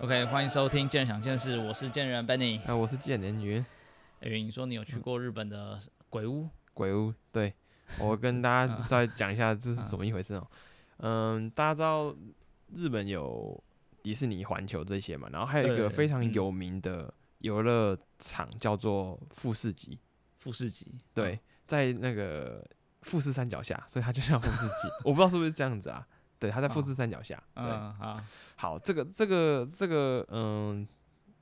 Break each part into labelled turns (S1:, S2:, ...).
S1: OK，欢迎收听《见想见事》，我是见人 Benny。
S2: 啊，我是建联云
S1: 诶，你说你有去过日本的鬼屋？
S2: 鬼屋，对 我跟大家
S1: 啊
S2: 再讲一下这是怎么一回事哦。嗯，大家知道日本有迪士尼、环球这些嘛，然后还有一
S1: 对
S2: 个非常
S1: 嗯
S2: 有名的游乐场叫做富士急，
S1: 富士急？
S2: 对，在那个富士山脚下，所以它就叫富士急。我不知道是不是这样子啊？对，它在富
S1: 哦
S2: 士山脚下。对，
S1: 嗯，好，
S2: 好，这个这个这个，嗯，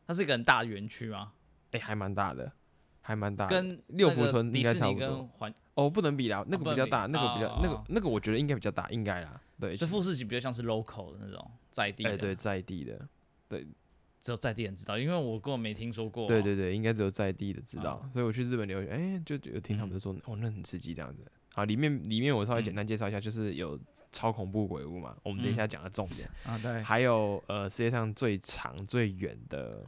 S1: 它是一个很大的园区吗？
S2: 哎，还蛮大的，还蛮大的。
S1: 跟
S2: 啊六
S1: 那个
S2: 福村应
S1: 迪
S2: 该
S1: 士
S2: 差
S1: 尼
S2: 不多
S1: 跟环，
S2: 哦，不能比啦，那
S1: 啊
S2: 个
S1: 不
S2: 比
S1: 能
S2: 较
S1: 比
S2: 大，那个比较那
S1: 哦哦
S2: 个那个，我觉得应该比较大，应该啦。对，
S1: 所以
S2: 其
S1: 富士急比较像是 local 的那种在地
S2: 哎
S1: 的，
S2: 对，在地的，
S1: 只有在地人知道，因为我根本没听说过。
S2: 对对对，应该只有在地的知
S1: 哦
S2: 道。所以我去日本留学，哎，就有听他们说，哦，那很刺激这样子。好，里面里面我稍微简
S1: 嗯
S2: 单介绍一下，就是有超恐怖鬼屋嘛，我们等
S1: 嗯
S2: 一下讲的重点，
S1: 啊，对
S2: 还有呃世界上最长最远的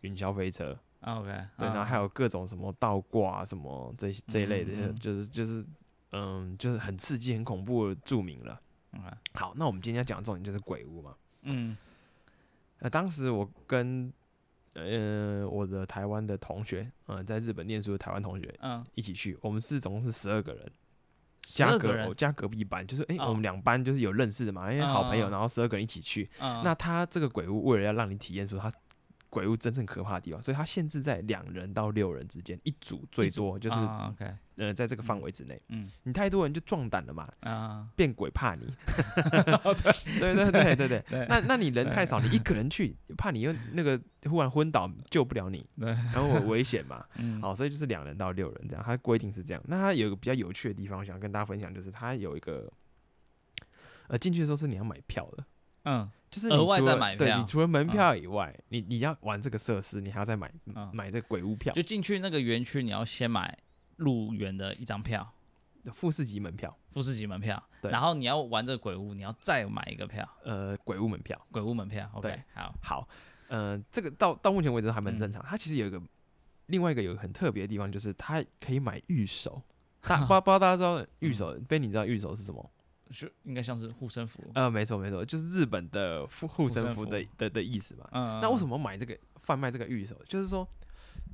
S2: 云霄飞车，
S1: 啊，OK，
S2: 对，然后还
S1: 有
S2: 有各种什么倒挂啊什么这些这一类的，
S1: 嗯嗯
S2: 就是就是嗯就是很刺激很恐怖的著名了。
S1: ，OK，
S2: 好，那我们今天要讲的重点就是鬼屋嘛。
S1: 嗯
S2: 呃，当时我跟呃我的台湾的同学，呃，在日本念书的台湾同学
S1: 嗯，
S2: 一起去，我们是总共是十二个人，
S1: 十
S2: 加
S1: 二
S2: 隔
S1: 个
S2: 我
S1: 人，
S2: 加隔壁班，就是诶，
S1: 哦
S2: 我们两班就是有认识的嘛，因为好朋友，
S1: 嗯
S2: 然后十二个人一起去。
S1: 嗯，
S2: 那他这个鬼屋为了要让你体验出他。鬼屋真正可怕的地方，所以它限制在两人到六人之间，一组最
S1: 一组
S2: 多就是、
S1: 啊，OK，
S2: 呃，在这个范围之内，
S1: 嗯
S2: 你太多人就壮胆了嘛，
S1: 啊，
S2: 变鬼怕 你。对对对对对
S1: 对
S2: 那那你人太少，你一个人去，怕你又那个忽然昏倒救不了你，
S1: 对，
S2: 然后我危险嘛。 哦
S1: 嗯，
S2: 好，所以就是两人到六人这样，它规定是这样。那它有一个比较有趣的地方，我想跟大家分享，就是它有一个，呃，进去的时候是你要买票的，
S1: 嗯，
S2: 就是
S1: 额
S2: 你
S1: 外
S2: 除
S1: 再
S2: 了
S1: 买
S2: 对
S1: 票
S2: 你除了门票以外，你你要玩这个设施，你还要再买、
S1: 嗯
S2: 买这个鬼屋票
S1: 就，进去那个园区，你要先买入园的一张票，
S2: 富士级门票，
S1: 富士级门票，
S2: 对
S1: 然后你要玩这个鬼屋，你要再买一个票，
S2: 呃，鬼屋门票。
S1: 鬼屋门票。OK，
S2: 对
S1: 好，
S2: 好，呃，这个到到目前为止还蛮正
S1: 嗯
S2: 常。它其实有一个另外一个有一个很特别的地方，就是它可以买预 手。大不知道不知道大家知道预手，被你知道预手是什么？
S1: 就应该像是护身符。
S2: 呃，没错没错，就是日本的护护
S1: 身
S2: 身符
S1: 符
S2: 啊的的的意思嘛。
S1: 嗯，
S2: 那为什么买这个贩卖这个预手？就是说，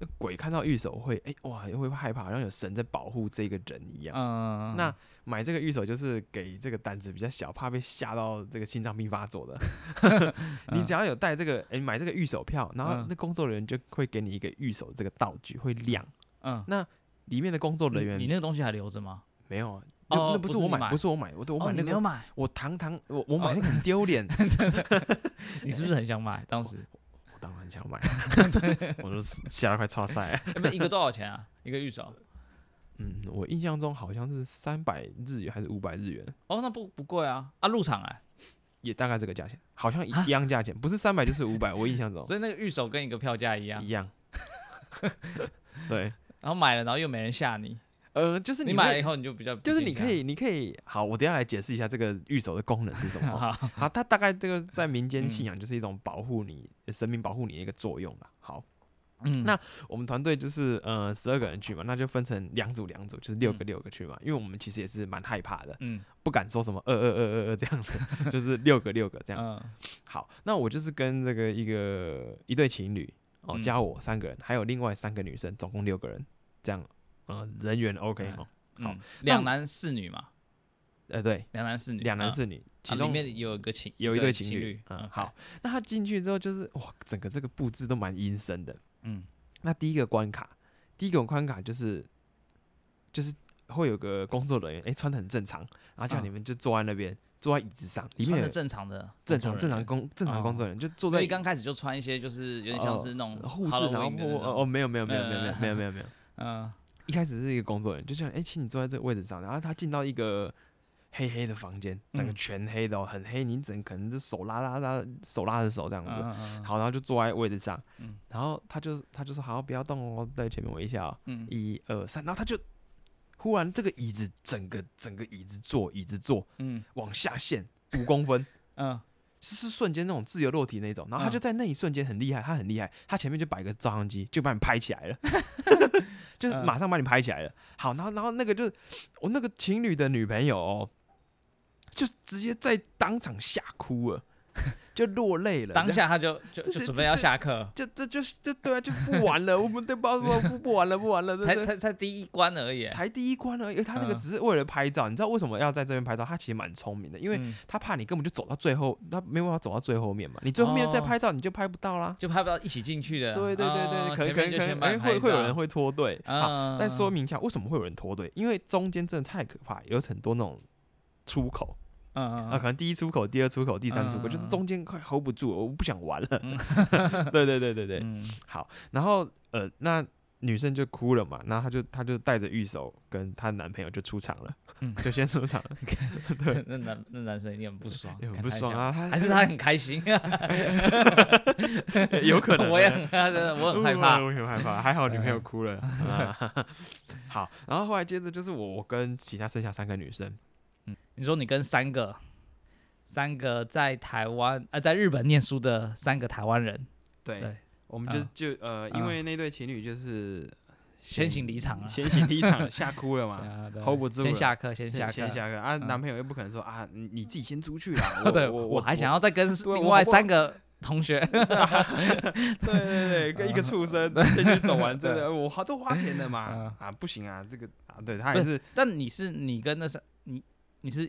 S2: 那鬼看到预手会哎、哇会害怕，好像有神在保护这个人一样。
S1: 嗯？嗯，
S2: 那买这个预手就是给这个胆子比较小，怕被吓到这个心脏病发作的。 你只要有带这个，哎、买这个预手票，然后
S1: 嗯
S2: 那工作人员就会给你一个预手这个道具，会亮。
S1: 嗯，
S2: 里面的工作
S1: 你
S2: 人员
S1: 你那个东西还留着吗？
S2: 没有
S1: 哦
S2: 啊？那
S1: 哦
S2: 那不
S1: 不
S2: 是
S1: 是
S2: 我
S1: 你买
S2: 买，不是我买，我都我
S1: 哦
S2: 买
S1: 你哦
S2: 那
S1: 没有
S2: 个，
S1: 买，
S2: 我堂堂我我买那个很 丢脸，
S1: 你是不是很想 买？当
S2: 哦
S1: 时
S2: 我当然想买， 我都吓得快岔赛。
S1: 哎不一个多少钱啊？ 一个预售？
S2: 嗯，我印象中好像是三百日元还是五百日元，
S1: 哦，那不不贵啊啊，入场哎，
S2: 也大概这个价钱，好像一
S1: 啊
S2: 一样价钱，不是三百就是五百，我印象中
S1: 所以那个预售跟一个票价一样
S2: 哦一，样。 对，
S1: 然后买了，然后又没人吓你，
S2: 呃，就是
S1: 你
S2: 会
S1: 买了以后你就比较
S2: 就是
S1: 不
S2: 你
S1: 紧张
S2: 可以，你可以好，我等一下来解释一下这个御守的功能是什 么。
S1: 好
S2: 好，它大概这个在民间
S1: 嗯
S2: 信仰就是一种保护你、呃神明保护你的一个作用啦。好，
S1: 嗯
S2: 那我们团队就是呃十二个人去嘛，那就分成两组两组，就是六个
S1: 嗯
S2: 六个去嘛，因为我们其实也是蛮害怕的，
S1: 嗯
S2: 不敢说什么二二二二二这样子， 就是六个六个这样。
S1: 嗯
S2: 好，那我就是跟这个一个一对情侣哦，
S1: 嗯
S2: 加我三个人，还有另外三个女生，总共六个人这样。呃，人员 OK
S1: 嗯
S2: 哦，好
S1: 嗯，两男四女嘛，
S2: 呃对，
S1: 两男四女，
S2: 两男
S1: 嗯
S2: 四女，
S1: 其
S2: 其中
S1: 里面有一个情
S2: 啊有一
S1: 一
S2: 对
S1: 情
S2: 情侣嗯
S1: OK
S2: 好，那他进去之后就是哇，整个这个布置都蛮阴森的。
S1: 嗯
S2: 那第一个关卡，第一个关卡就是就是会有个工作人员，哎、穿的很正常，然后叫
S1: 嗯
S2: 你们就坐在那边，坐在椅子上，里
S1: 穿
S2: 面
S1: 的
S2: 有
S1: 正常的
S2: 正常正常
S1: 工
S2: 工正常工作人员哦就坐
S1: 作人员，所
S2: 在
S1: 以刚开始就穿一些就是有点像是那种
S2: 呃护士，然后
S1: 嗯 Halloween 的
S2: 或
S1: 那
S2: 哦哦
S1: 种
S2: 没有没有没有没有没有
S1: 呃
S2: 没有没有没有，
S1: 嗯
S2: 一开始是一个工作人员，就叫哎、诶请你坐在这个位置上，然后他进到一个。黑黑的房间，整个
S1: 嗯
S2: 全黑的、哦，很黑。你整可能是手拉拉拉，手拉着手这样子，
S1: 嗯嗯
S2: 好，然后就坐在位置上，
S1: 嗯
S2: 然后他就他就说好，不要动哦，在前面我一下、哦，
S1: 嗯
S2: 一二三，然后他就忽然这个椅子整个整个椅子坐椅子坐
S1: 嗯
S2: 往下陷五公分，
S1: 嗯
S2: 是是瞬间那种自由落体那种，然后他
S1: 嗯
S2: 就在那一瞬间很厉害，他很厉害，他前面就摆个照相机就把你拍起 来了，就是
S1: 嗯
S2: 马上把你拍起来了。好，然后然后那个就是我那个情侣的女朋友、哦，就直接在当场吓哭了。就落泪了。
S1: 当
S2: 这
S1: 下
S2: 样
S1: 他 就就
S2: 这
S1: 就
S2: 这
S1: 准备要下课，
S2: 就这就是这对啊，就不玩了，我们对吧？不不玩了，不玩了，真
S1: 才
S2: 的
S1: 才才第一关而已，
S2: 才第一关而已。他那个
S1: 嗯
S2: 只是为了拍照，你知道为什么要在这边拍照？他其实蛮聪明的，因为
S1: 嗯
S2: 他怕你根本就走到最后，他没有办法走到最后面嘛。你最后面再
S1: 哦
S2: 拍照，你就拍不到啦。
S1: 就拍不到一起进去的。
S2: 对对对对，
S1: 哦
S2: 可能
S1: 前
S2: 可
S1: 面
S2: 能
S1: 就
S2: 可
S1: 先
S2: 能
S1: 帮
S2: 哎
S1: 你
S2: 会
S1: 拍
S2: 会有
S1: 照
S2: 人会脱队。好，
S1: 嗯，
S2: 再说明一下为什么会有人脱队，因为中间真的太可怕，有很多那种出口
S1: 嗯，嗯
S2: 啊，
S1: 嗯
S2: 可能第一出口、第二出口、第三出口，就是
S1: 嗯
S2: 中间快 hold 不住了，我不想玩了。
S1: 嗯
S2: 对对对对对，
S1: 嗯
S2: 好，然后呃，那女生就哭了嘛，然后她就她就带着玉手跟她男朋友就出场了，
S1: 嗯
S2: 就先出场了，
S1: 那男那男生一定很不爽，
S2: 也很
S1: 哦看
S2: 不
S1: 他
S2: 爽
S1: 想，
S2: 啊，她
S1: 还是他很开心啊？
S2: 有可能，啊
S1: 我也很，真的我很害怕。
S2: 嗯
S1: 嗯
S2: 我很害怕，还好女朋友哭了。啊 好，然后后来接着就是我，我跟其他剩下三个女生，
S1: 你说你跟三个三个在台湾呃在日本念书的三个台湾人
S2: 对
S1: 对
S2: 我们就、
S1: 嗯
S2: 就呃，
S1: 嗯
S2: 因为那对情侣就是
S1: 先行离场了，
S2: 先行离场了，吓哭了嘛。
S1: 啊对
S2: hold 不住
S1: 先
S2: 了
S1: 下课，先
S2: 先
S1: 下课
S2: 先。下课啊！
S1: 嗯。
S2: 男朋友又不可能说啊，你你自己先出去啦
S1: 对，
S2: 我
S1: 我还想要再跟
S2: 对啊
S1: 另
S2: 我
S1: 外
S2: 不
S1: 三个同学，
S2: 对对对，跟一个畜生进去走完，真的我花都花钱了嘛
S1: 嗯，
S2: 啊不行啊，这个啊，对他
S1: 不
S2: 还
S1: 是
S2: 是
S1: 但你是你跟那三你你是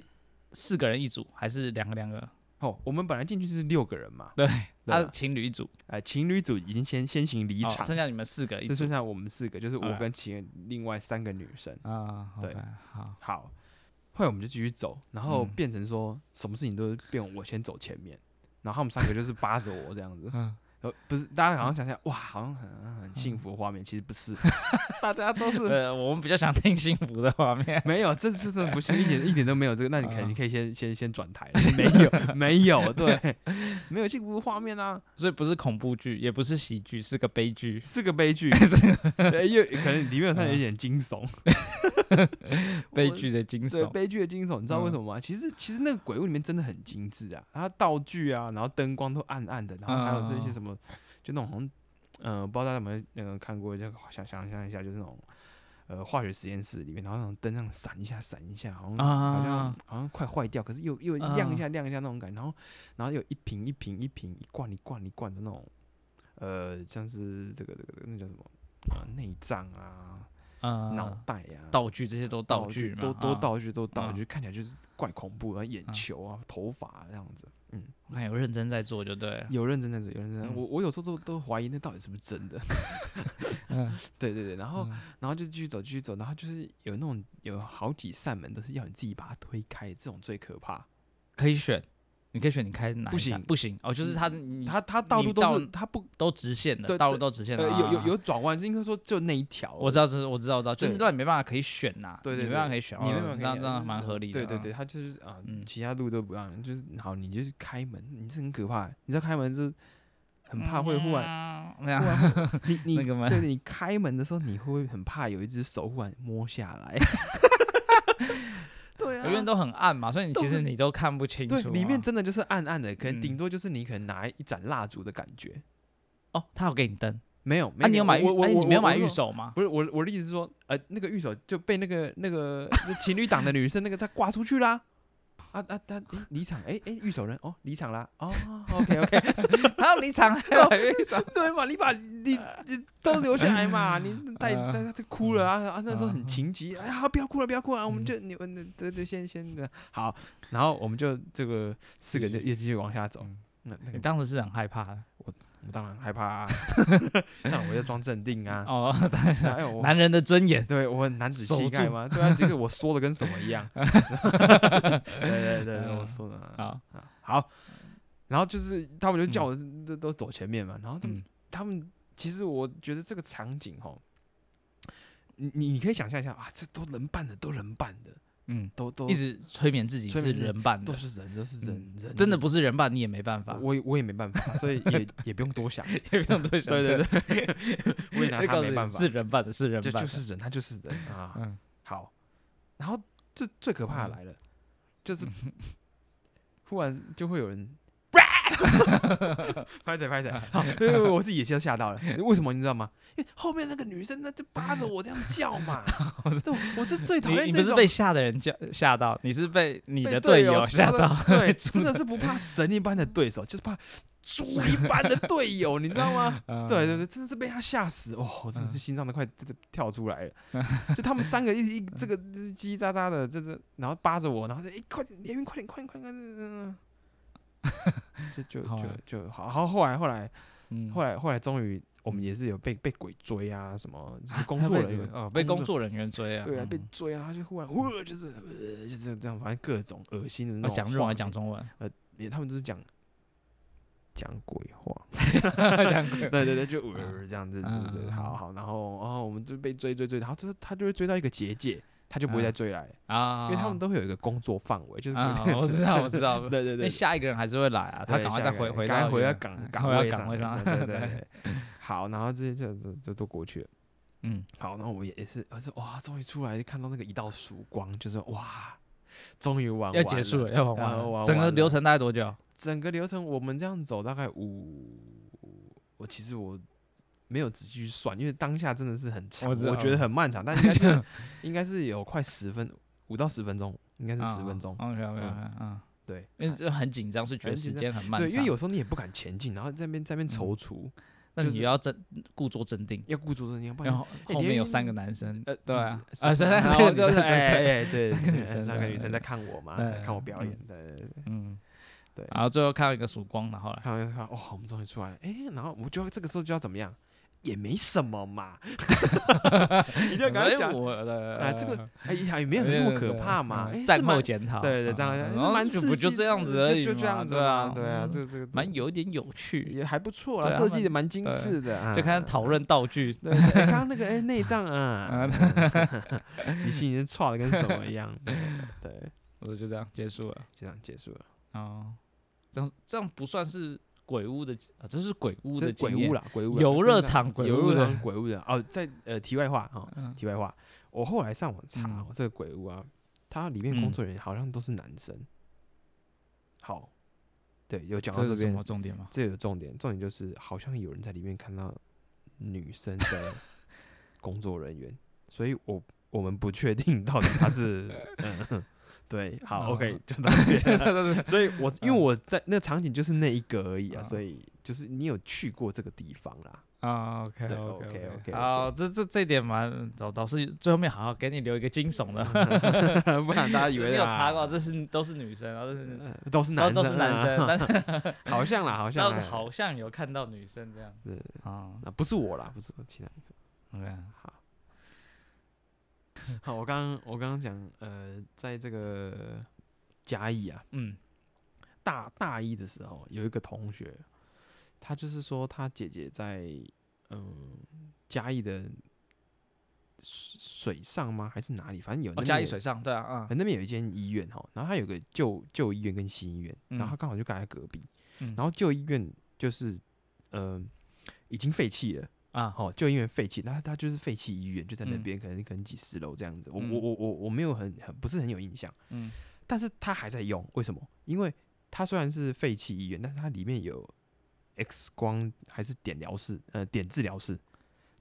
S1: 四个人一组还是两个两个？
S2: 哦，我们本来进去是六个人嘛，
S1: 对，
S2: 对
S1: 他
S2: 啊
S1: 情侣一组，
S2: 呃，情侣组已经先先行离
S1: 哦
S2: 场，
S1: 剩下你们四个一
S2: 这
S1: 组
S2: 剩下我们四个，就是我
S1: 哎
S2: 跟其另外三个女生。
S1: 啊。
S2: 对
S1: OK，好，
S2: 好，后来我们就继续走，然后
S1: 嗯。
S2: 变成说什么事情都是变我先走前面，然后他们三个就是扒着我这样子
S1: 嗯，
S2: 呃，不是，大家好像想想，哇，好像很很幸福的画面，其实 不是，大家都是
S1: 呃，我们比较想听幸福的画面。
S2: 没有，这次真的不是一点一点都没有这个。那你可以，
S1: 啊
S2: 你可以先先先 转台了，没有，没有，对，没有幸福的画面啊，，
S1: 所以不是恐怖剧，也不是喜剧，是个悲剧
S2: 是个 悲剧，
S1: 是
S2: 对因为可能里面有它有一点惊悚，
S1: 嗯 悲
S2: 我
S1: 剧的惊
S2: 对
S1: 悚。
S2: 悲剧的惊悚，你知道为
S1: 嗯
S2: 什么吗？其实其实那个鬼屋里面真的很精致啊，它道具啊，然后灯光都暗暗的，然后还有
S1: 啊
S2: 这些什么，就那种好像，呃，不知道大家有没有那个看过，就想想象一下，就是那种呃化学实验室里面，然后那种灯上闪一下闪一下，好像、好像
S1: 啊，
S2: 好像快坏掉，可是又又亮一
S1: 啊
S2: 下亮一下那种感觉，然后然后有一瓶一瓶一瓶一罐一罐一罐的那种，呃，像是这个这个这个那叫什么呃内脏啊、脑
S1: 嗯，
S2: 袋啊、
S1: 道具这些都道具嘛，
S2: 都都
S1: 啊。
S2: 道具都道
S1: 啊
S2: 具，看起来就是怪恐怖，然后眼
S1: 啊
S2: 球啊、头发啊这样子。嗯，
S1: 我看有认真在做就对 了。
S2: 有认真在做，有认真在做。
S1: 嗯
S2: 我我有时候都都怀疑那到底是不是真的。
S1: 嗯，
S2: 对对对，然后
S1: 嗯
S2: 然后就继续走，继续走，然后就是有那种有好几扇门都是要你自己把它推开，这种最可怕。
S1: 可以选，你可以选你开哪一
S2: 不行
S1: 站不行哦，就是他你
S2: 它它道
S1: 你
S2: 路都是
S1: 到
S2: 它不
S1: 都直线的，
S2: 对
S1: 道
S2: 对
S1: 路都直线
S2: 呃
S1: 的。
S2: 有有
S1: 有，
S2: 有转弯，应该说就那一条。
S1: 啊我知道，这是我知道，我知道，就是
S2: 对
S1: 让你没办法可以选呐，
S2: 对
S1: 你
S2: 对
S1: 没办法
S2: 对
S1: 可以选，
S2: 你
S1: 哦
S2: 没办法可以
S1: 那
S2: 选
S1: 那
S2: 就是
S1: 蛮合理的
S2: 对
S1: 啊。
S2: 对对，他就是啊，
S1: 嗯
S2: 其他路都不让，就是好，你就是开门，你是很可怕，你知道开门就是
S1: 嗯
S2: 很怕会忽然
S1: 然
S2: 忽然会 你你
S1: 嗯那个吗
S2: 对你开门的时候，你会不会很怕有一只手忽然摸下来？ 对
S1: 因为
S2: 啊，
S1: 都很暗嘛，所以你其实你都看不清楚
S2: 对
S1: 啊。，
S2: 里面真的就是暗暗的，可能
S1: 嗯
S2: 顶多就是你可能拿一盏蜡烛的感觉，
S1: 哦，他有给你灯，
S2: 没有，没
S1: 啊，你有买玉？
S2: 我我
S1: 哎
S2: 我
S1: 你没有
S2: 我
S1: 买
S2: 我
S1: 玉
S2: 说
S1: 手 吗？
S2: 不是我，我的意思是说，呃，那个玉手就被那个那个那情侣档的女生那个她挂出去啦。啊啊啊！诶离场，哎哎，玉手人哦，离场啦。哦，OK OK，
S1: 他要离场，还要买玉手。
S2: 对嘛，你把 你你都留下来嘛，你带
S1: 呃
S2: 带他哭了啊啊！那时候很
S1: 嗯
S2: 情急，哎呀，不要哭了，不要哭了，我们就你们对对，先先的好，然后我们就这个四个就也继续往下走
S1: 嗯。
S2: 那 那
S1: 你
S2: 个
S1: 当时是很害怕 的
S2: 我当然害怕， 啊，那我要装镇定啊。
S1: 哦，
S2: 哎呦，我
S1: 男人的尊严。
S2: 对我很男子气
S1: 守
S2: 概
S1: 住
S2: 吗？对啊，这个我说的跟什么一 样？对对对对，我
S1: 嗯
S2: 说的啊
S1: 好，
S2: 啊好。然后就是他们就叫我都都走前面嘛，然后他们
S1: 嗯
S2: 他们其实我觉得这个场景哈，你你你可以想象一下啊，这都人扮的，都人扮的，
S1: 嗯，
S2: 都都
S1: 一直催眠自己
S2: 催
S1: 是
S2: 眠自己
S1: 人扮
S2: 都
S1: 的，
S2: 是人，都是人，人
S1: 真的
S2: 不
S1: 不是人扮，你也没办法，
S2: 我也我也没办法，所以也也不用多想，
S1: 也不用多想。
S2: 对对我也拿
S1: 就
S2: 他
S1: 告诉
S2: 没办
S1: 你
S2: 法，
S1: 是人扮的，是人
S2: 就
S1: 扮
S2: 就
S1: 的。
S2: 是人，他就是人啊，
S1: 嗯，
S2: 好，然后这最可怕的
S1: 嗯
S2: 来了，就是忽然就会有人，拍仔拍仔，好，因为我自己也先吓到了。为什么你知道吗？因为后面那个女生那就扒着我这样叫 嘛，这我我是最讨
S1: 你
S2: 厌
S1: 你
S2: 这
S1: 不是
S2: 种
S1: 被吓的人叫吓到，你是被你
S2: 被
S1: 的
S2: 队
S1: 友吓
S2: 的，
S1: 到
S2: 对，真的是不怕神一般的对手，就是怕猪一般的队友，你知道吗？
S1: 嗯
S2: 对对对，真的是被他吓死哦！我真的是心脏都快这这跳出 来了。就他们三个一直一
S1: 嗯
S2: 这个叽叽喳喳的，这这，然后扒着我，然后就哎、快点，连云，快点，快点，快点，快点嗯，就就
S1: 好玩
S2: 就就好。好，后来后来
S1: 嗯
S2: 后来后来，终于我们也是有被被鬼追啊，什么就是工
S1: 他
S2: 作
S1: 被
S2: 人员
S1: 哦，被工
S2: 作
S1: 作人员追啊，
S2: 对啊，被
S1: 嗯
S2: 追啊，他就忽然呃就是呃就是这样，反正各种恶心的
S1: 啊
S2: 那种
S1: 讲日
S2: 话
S1: 文还是
S2: 给
S1: 讲中文，
S2: 也他们都是讲讲鬼话，
S1: 讲 鬼
S2: 对对对，就呃这样子，对对对，
S1: 嗯
S2: 好好，然后然后我们就被追追追，然后就是他就会追到一个结界，他就不会再追来了，
S1: 啊，
S2: 因为他们都会有一个工作范围，就是，
S1: 啊，我知道我知道
S2: 对对
S1: 因为
S2: 对，
S1: 下一个人还是会来啊，他
S2: 对
S1: 赶快再
S2: 下一个
S1: 回
S2: 人
S1: 回
S2: 赶
S1: 到
S2: 快回
S1: 原来
S2: 到岗
S1: 回到
S2: 位
S1: 岗位上，
S2: 对对对，对好，然后这这这这都过去了，
S1: 嗯，
S2: 好，那我也也是，我是哇，终于出来看到那个一道曙光，就是哇，终于玩
S1: 要
S2: 完
S1: 结束
S2: 了，
S1: 了，要玩
S2: 呃
S1: 完
S2: 玩
S1: 了，整
S2: 完
S1: 个
S2: 了
S1: 流程大概多久？
S2: 整个流程我们这样走大概五，我其实我没有仔细去算，因为当下真的是很长，
S1: 我知
S2: 我
S1: 道
S2: 觉得很漫长，但应该是应该是有快十分五到十分钟，应该是十
S1: 啊
S2: 分钟，
S1: OK OK 嗯，
S2: 对
S1: 因为这很紧张，是觉得
S2: 很
S1: 时
S2: 紧张
S1: 间很漫
S2: 对，
S1: 长，嗯
S2: 因为有时候你也不敢前进，然后在那边在那边踌躇，
S1: 那
S2: 就
S1: 你
S2: 是
S1: 要镇故作镇定，
S2: 要顾住这，你要不
S1: 然
S2: 然
S1: 后
S2: 哎
S1: 后
S2: 连
S1: 面有
S2: 云
S1: 三个男生，
S2: 呃
S1: 对啊，
S2: 啊
S1: 啊，三三
S2: 然后
S1: 三
S2: 就
S1: 个女
S2: 是
S1: 生，
S2: 哎
S1: 哎，
S2: 哎对，
S1: 三个女
S2: 对
S1: 生
S2: 三个
S1: 在
S2: 女
S1: 那
S2: 生在看我嘛，
S1: 对
S2: 看我表演，对对对。
S1: 嗯，
S2: 对
S1: 然后最后看到一个曙光，然后来，
S2: 看完就看，哇，我们终于出来了，哎、然后我们就要这个时候就要怎么样？也没什么嘛， 一定要赶快
S1: 哎
S2: 讲，
S1: 我的呃
S2: 啊这个 哎呀，也没有那么可怕嘛，哎，
S1: 嗯战
S2: 是
S1: 后
S2: 蛮
S1: 检讨，
S2: 对对，这样
S1: 嗯
S2: 是
S1: 然后
S2: 蛮
S1: 就
S2: 刺
S1: 不就
S2: 激
S1: 这样
S2: 的
S1: 子而已
S2: 就就这
S1: 嘛
S2: 样子
S1: 对
S2: 嘛
S1: 啊，
S2: 对啊，
S1: 嗯
S2: 这个这个
S1: 蛮有一点有趣，
S2: 也还不错啦，
S1: 对啊
S2: 设
S1: 蛮
S2: 计的蛮精
S1: 对
S2: 致的 啊，
S1: 就开始讨论道具，
S2: 对。对，哎刚刚 那个哎内脏啊， 即兴已经串的跟什么一样，对对，
S1: 我就这样结束了，
S2: 就这样结束了，
S1: 哦，这样这样不算是鬼屋的啊，这是鬼屋
S2: 这
S1: 的
S2: 是鬼
S1: 经验
S2: 屋啦，鬼屋啦
S1: 游乐
S2: 跟大
S1: 场鬼
S2: 游
S1: 屋
S2: 乐
S1: 的
S2: 场鬼屋的哦，在呃题外话哈，
S1: 嗯
S2: 题外话，我后来上网查
S1: 嗯
S2: 哦这个鬼屋啊，它里面工
S1: 嗯
S2: 作人员好像都是男生，好，对，有讲到
S1: 这
S2: 这
S1: 是什
S2: 边
S1: 么重点吗？
S2: 这有重点，重点就是好像有人在里面看到女生的 工作人员，所以我我们不确定到底他 是，嗯， 对，好、o k
S1: 嗯
S2: 就到这边。
S1: 对对
S2: 所以我因为我在那场景就是那一个而已啊，
S1: 嗯
S2: 所以就是你有去过这个地方啦，
S1: 啊，OK
S2: 对
S1: OK
S2: ，OK，OK，OK
S1: 好，这这这点蛮老老师最后面好好给你留一个惊悚的，
S2: 不然大家以为
S1: 你有查
S2: 啊
S1: 过，这是都是女生，然后都是
S2: 呃都是
S1: 然后
S2: 男生、啊，嗯
S1: 都是男生， 但是
S2: 好像 啦，好像
S1: 倒
S2: 啦
S1: 是好像有看到女生这样
S2: 对，
S1: 啊
S2: 啊，不是我啦，不是我，其他
S1: ，OK，
S2: 好，我刚刚我刚刚讲，呃，在这个嘉义啊，
S1: 嗯
S2: 大大一的时候，有一个同学，他就是说他姐姐在嗯嘉义的水水上吗？还是哪里？反正有那
S1: 哦，
S2: 边
S1: 嘉义
S2: 有
S1: 水上，对啊，啊
S2: 呃，那边有一间医院哈，然后他有个旧旧医院跟新医院，然后他刚好就盖在隔壁，
S1: 嗯
S2: 然后旧医院就是嗯、已经废弃了，
S1: 啊，
S2: 哦，就因为废弃，那它就是废弃医院，就在那
S1: 嗯
S2: 边，可能可能几十楼这样子。我
S1: 嗯
S2: 我我我我没有很很不是很有印象，
S1: 嗯
S2: 但是它还在用，为什么？因为它虽然是废弃医院，但是它里面有 X 光还是点疗室，呃，点治疗室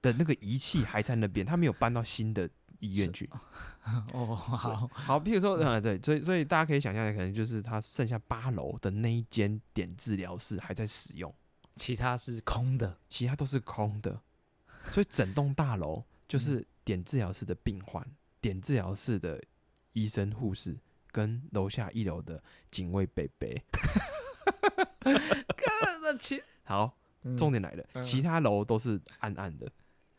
S2: 的那个仪器还在那边，它没有搬到新的医院去。
S1: 哦，
S2: 是
S1: 好，
S2: 好，譬如说，呃，对，所以所以大家可以想象，可能就是它剩下八楼的那一间点治疗室还在使用。
S1: 其他是空的，
S2: 其他都是空的，所以整栋大楼
S1: 嗯
S2: 就是点治疗室的病患、点治疗室的医生、护士跟楼下一楼的警卫贝贝。
S1: 那那其
S2: 好，
S1: 嗯
S2: 重点来了，
S1: 嗯
S2: 其他楼都是暗暗的，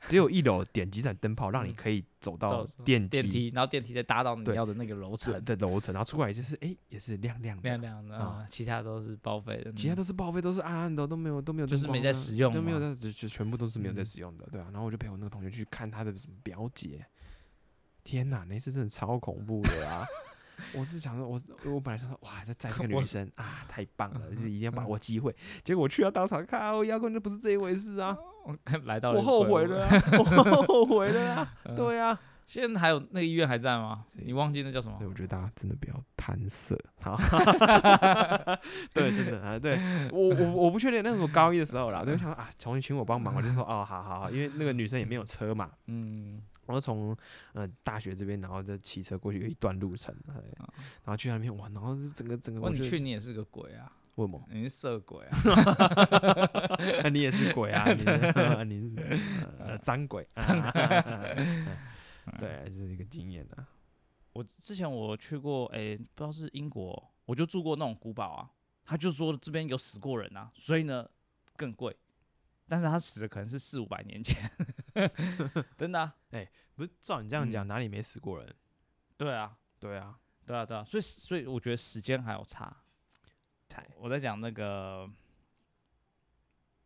S2: 只有一楼点几盏灯泡，让你
S1: 嗯
S2: 可以走到
S1: 走
S2: 电
S1: 电
S2: 梯
S1: 梯，然后电梯再搭到你
S2: 对
S1: 要的那个楼层，
S2: 的楼层，然后出来就是哎、也是亮亮
S1: 亮
S2: 的。
S1: 亮的，
S2: 啊
S1: 啊，其他都是报废的，
S2: 其他
S1: 嗯
S2: 都是报废，都是暗暗的，都没有都没有
S1: 就
S2: 灯
S1: 是
S2: 光的，啊
S1: 没在使用
S2: 都没有
S1: 嘛
S2: 在，就就全部都是没有在
S1: 嗯
S2: 使用的，对啊。然后我就陪我那个同学去看他的什么表姐，天哪，那次真的超恐怖的 啊！我是想说，我我本来想说，哇，这载这个女
S1: 我嗯是
S2: 生啊，太棒 了，就是一定要把握机会。结果我去到当场，靠，压根就不是这一回事啊！
S1: 我看来到了
S2: 我后悔了、啊，我后悔了啊！对啊，
S1: 现在还有那个医院还在吗？你忘记那叫什么
S2: 所以？我觉得大家真的不要贪色，哦 好，对，真的啊， 对我我我不确定那时候高一的时候啦，我就想说啊，重新请我帮忙，我就说哦，好好好，因为那个女生也没有车嘛，
S1: 嗯，
S2: 我就从呃大学这边，然后就骑车过去有一段路程，哎
S1: 啊
S2: 然后去那边玩，然后是整个整个
S1: 问
S2: 我
S1: 你
S2: 觉得
S1: 去你也是个鬼啊，
S2: 为什么？
S1: 你是色鬼啊。
S2: 那你也是鬼啊，你 是你是呃脏鬼，脏鬼，嗯对，这是一个经验啊，
S1: 我之前我去过，哎、不知道是英国，我就住过那种古堡啊。他就说这边有死过人啊，所以呢更贵，但是他死的可能是四五百年前， 真的、啊。
S2: 不是照你这样讲，哪里没死过人？
S1: 对啊，
S2: 对啊，
S1: 对啊，对啊，所以所以我觉得时间还有差。
S2: 才
S1: 我在讲那个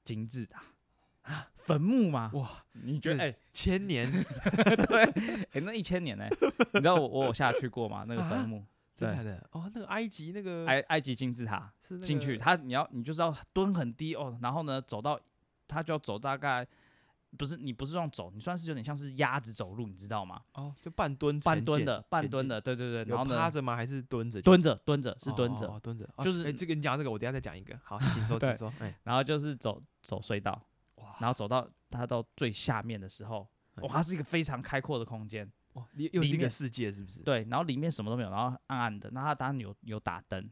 S1: 金字塔啊，坟墓嘛，
S2: 哇，
S1: 你觉得哎、
S2: 千 年
S1: 对，哎、那一千年呢、你知道我我有下去过吗？那个
S2: 啊
S1: 坟墓，
S2: 真
S1: 对
S2: 假的？哦，那个埃及那个
S1: 埃埃及金字塔，
S2: 是那
S1: 进去，
S2: 个
S1: 他你要你就是要蹲很低哦，然后呢走到他就要走大概不是你不是这样走，你算是有点像是鸭子走路，你知道吗？
S2: 哦，就半蹲
S1: 半
S2: 前
S1: 蹲
S2: 进
S1: 的，半
S2: 前
S1: 蹲
S2: 进
S1: 的，对对对，然
S2: 有
S1: 后
S2: 趴
S1: 呢
S2: 着吗？还是蹲着就？
S1: 蹲着蹲着是
S2: 哦
S1: 蹲
S2: 哦
S1: 着，
S2: 哦蹲着，哦
S1: 就是
S2: 哎，这个你讲这个，我等一下再讲一个。 好，请说，
S1: 对
S2: 请说。哎，
S1: 然后就是走走隧道，
S2: 哇
S1: 然后走到它到最下面的时候，
S2: 哎
S1: 哇，它是一个非常开阔的空间，
S2: 哇，你又是
S1: 里
S2: 一个
S1: 面
S2: 世界是不是？
S1: 对，然后里面什么都没有，然后暗暗的，那它当然有有打灯，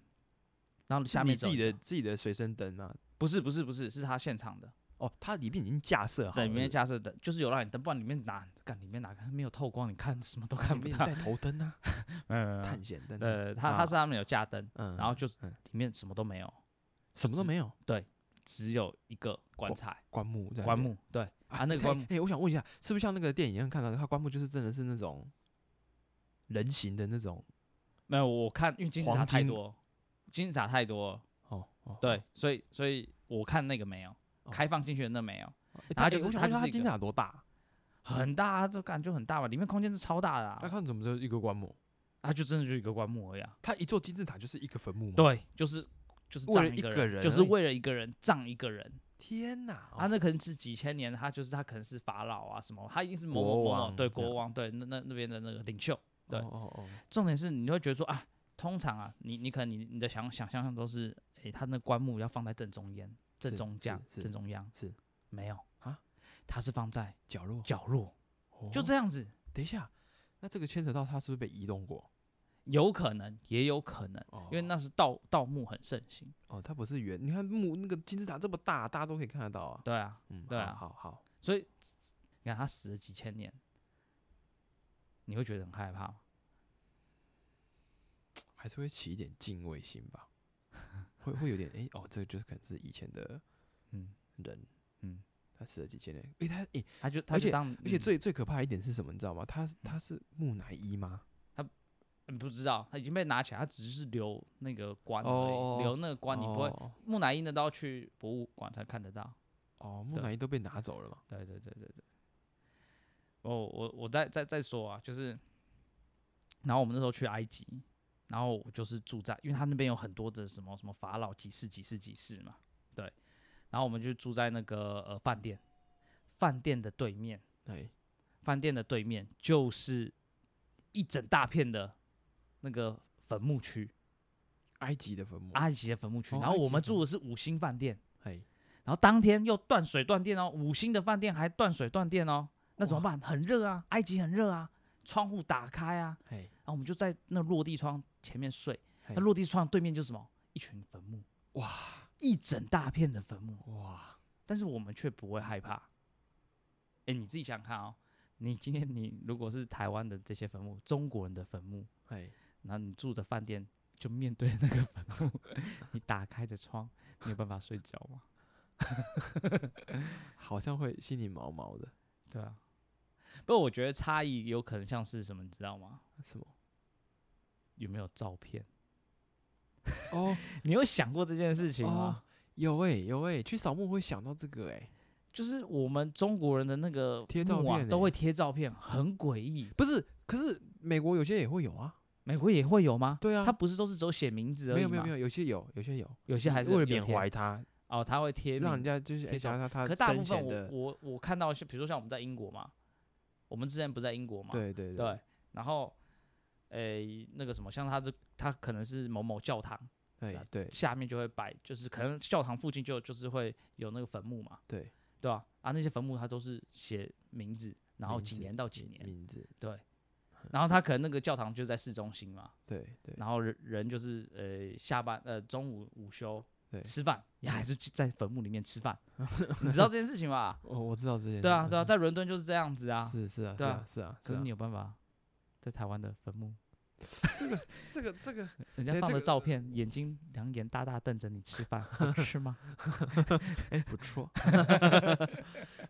S1: 然后
S2: 是
S1: 下
S2: 你
S1: 面
S2: 自
S1: 走
S2: 己
S1: 一
S2: 的
S1: 条
S2: 自己的随身灯吗？
S1: 不是不是不是是它现场的，
S2: 哦，它里面已经架设好了，
S1: 对，里面架设的就是有让你灯，不然里面哪干里面哪看没有透光，你看什么都看
S2: 看
S1: 不
S2: 面
S1: 到。
S2: 带头灯啊，
S1: 嗯，
S2: 探险灯啊。
S1: 呃，它
S2: 啊
S1: 它是上面有架灯，
S2: 嗯
S1: 然后就
S2: 嗯
S1: 里面什么都没有，
S2: 什么都
S1: 只
S2: 没有，
S1: 只有一个棺材、
S2: 棺木在那
S1: 棺
S2: 边
S1: 木，对啊， 那个
S2: 哎
S1: 棺木
S2: 哎，我想问一下，是不是像那个电影一样看到的，它棺木就是真的是那种人形的那种？
S1: 没有。我看因为金字塔
S2: 黄
S1: 太
S2: 金
S1: 多，金字塔太多了，
S2: 哦哦，
S1: 对，所以所以我看那个没有
S2: 哦
S1: 开放进去的那没有，
S2: 哎，
S1: 然后
S2: 它
S1: 就
S2: 哎
S1: 是
S2: 我想
S1: 它
S2: 问
S1: 就是
S2: 一下它
S1: 一
S2: 金
S1: 个
S2: 字塔多大？
S1: 很大，啊这感觉很大吧，里面空间是超大的
S2: 它
S1: 啊，
S2: 看怎么只有一个棺木？
S1: 啊，就真的就一个棺木而已啊。
S2: 它一座金字塔就是一个坟墓吗？，
S1: 对，就是就是
S2: 为
S1: 葬
S2: 了
S1: 一
S2: 一
S1: 个
S2: 个
S1: 人，
S2: 人
S1: 就
S2: 而
S1: 是
S2: 已
S1: 为了一个人葬一个人。
S2: 天哪！
S1: 啊，
S2: 哦
S1: 那可能是几千年，他就是他可能是法老啊什么，他一定是某
S2: 国
S1: 某某某
S2: 王
S1: 对
S2: 这
S1: 国
S2: 样
S1: 王对那那那边的那个领袖。对
S2: 哦哦哦，
S1: 重点是你会觉得说啊，通常啊，你你可能你你的想想象上都是，诶、他那棺木要放在正中间、正
S2: 是
S1: 中央、
S2: 是
S1: 正中央
S2: 是
S1: 没有
S2: 啊，
S1: 他是放在
S2: 角落
S1: 角落，就
S2: 哦
S1: 这样子，
S2: 等一下，那这个牵扯到它是不是被移动过？
S1: 有可能也有可能，
S2: 哦，
S1: 因为那是盗盗墓很盛行，
S2: 哦，它不是圆，你看木那个金字塔这么大，大家都可以看得到啊。
S1: 对啊，
S2: 嗯，
S1: 对啊
S2: 好好好，
S1: 所以你看他死了几千年，你会觉得很害怕吗？
S2: 还是会起一点敬畏心吧，会会有点哎、哦，这就是可能是以前的
S1: 嗯，
S2: 人，
S1: 嗯，
S2: 他死了几千年，哎、他哎、诶
S1: 他就他
S2: 而
S1: 就当
S2: 而且
S1: 嗯
S2: 最最可怕的一点是什么，你知道吗？他他是木乃伊吗？
S1: 嗯，不知道，他已经被拿起来，他只是留那个棺而已，
S2: 哦
S1: 留那个棺，你不会
S2: 哦
S1: 木乃伊那都要去博物馆才看得到。
S2: 哦，木
S1: 对
S2: 乃伊都被拿走了嘛？
S1: 对对对对对。哦，我我再再再说啊，就是，然后我们那时候去埃及，然后我就是住在，因为他那边有很多的什么什么法老几世几世几世嘛，对，然后我们就住在那个呃饭店，饭店的对面，
S2: 哎、
S1: 饭店的对面就是一整大片的那个坟墓区，
S2: 埃及的坟墓，哎、
S1: 埃及的坟墓区，
S2: 哦
S1: 然后
S2: 埃
S1: 我们
S2: 及的坟
S1: 住的是五星饭店，然后当天又断水断电哦，五星的饭店还断水断电哦，那怎么办？很热啊，埃及很热啊，窗户打开啊，
S2: 哎、
S1: 然后我们就在那落地窗前面睡，
S2: 嘿
S1: 那落地窗对面就是什么？一群坟墓，
S2: 哇
S1: 一整大片的坟墓，
S2: 哇，
S1: 但是我们却不会害怕。哎，你自己想想看哦，你今天你如果是台湾的这些坟墓，中国人的坟墓，
S2: 哎、
S1: 然后你住的饭店就面对那个坟墓，你打开着窗，你有办法睡觉吗？
S2: 好像会心里毛毛的，
S1: 对啊，不过我觉得差异有可能像是什么，你知道吗？
S2: 什么？
S1: 有没有照片？
S2: 哦，
S1: 你有想过这件事情吗？
S2: 哦有哎、有哎、去扫墓会想到这个哎、
S1: 就是我们中国人的那个
S2: 贴照
S1: 墓啊
S2: 片
S1: 都会
S2: 欸
S1: 贴照片，很诡异。
S2: 不是，可是美国有些也会有啊。
S1: 美国也会有吗？
S2: 对啊
S1: 他不是都是只有写名字而已
S2: 没有没有
S1: 吗
S2: 没有，，有些有，有些有，
S1: 有些还是
S2: 为了
S1: 有
S2: 缅
S1: 贴
S2: 怀他，
S1: 哦，他会贴
S2: 让人
S1: 名。
S2: 家就是哎
S1: 贴照
S2: 想到他
S1: 可大部
S2: 生
S1: 分
S2: 前
S1: 我
S2: 的
S1: 我我看到是，比如说像我们在英国嘛，我们之前不是在英国嘛，
S2: 对对
S1: 对，然后诶、那个什么，像他这他可能是某某教堂
S2: 哎对
S1: 下面就会摆，就是可能教堂附近就就是会有那个坟墓嘛，
S2: 对，
S1: 对吧、啊？那些坟墓它都是写名字，然后
S2: 名
S1: 几
S2: 字
S1: 年到几
S2: 名
S1: 年，
S2: 名字，
S1: 对。然后他可能那个教堂就在市中心嘛，
S2: 对对
S1: 然后人人就是呃下班呃中午午休
S2: 对。
S1: 吃饭，也还是去在坟墓里面吃 饭，你知道这件事情吧？
S2: 哦，我知道这些。
S1: 对啊，对啊，在伦敦就是这样子啊。
S2: 是是啊，是
S1: 对
S2: 啊
S1: 啊，
S2: 是啊。
S1: 可
S2: 啊
S1: 是你有办法在台湾的坟墓，
S2: 这个这个，
S1: 人家
S2: 哎
S1: 放
S2: 这
S1: 的
S2: 个
S1: 照片，眼睛两眼大大瞪着你吃 饭， 好吃吗？
S2: 哎，不 错。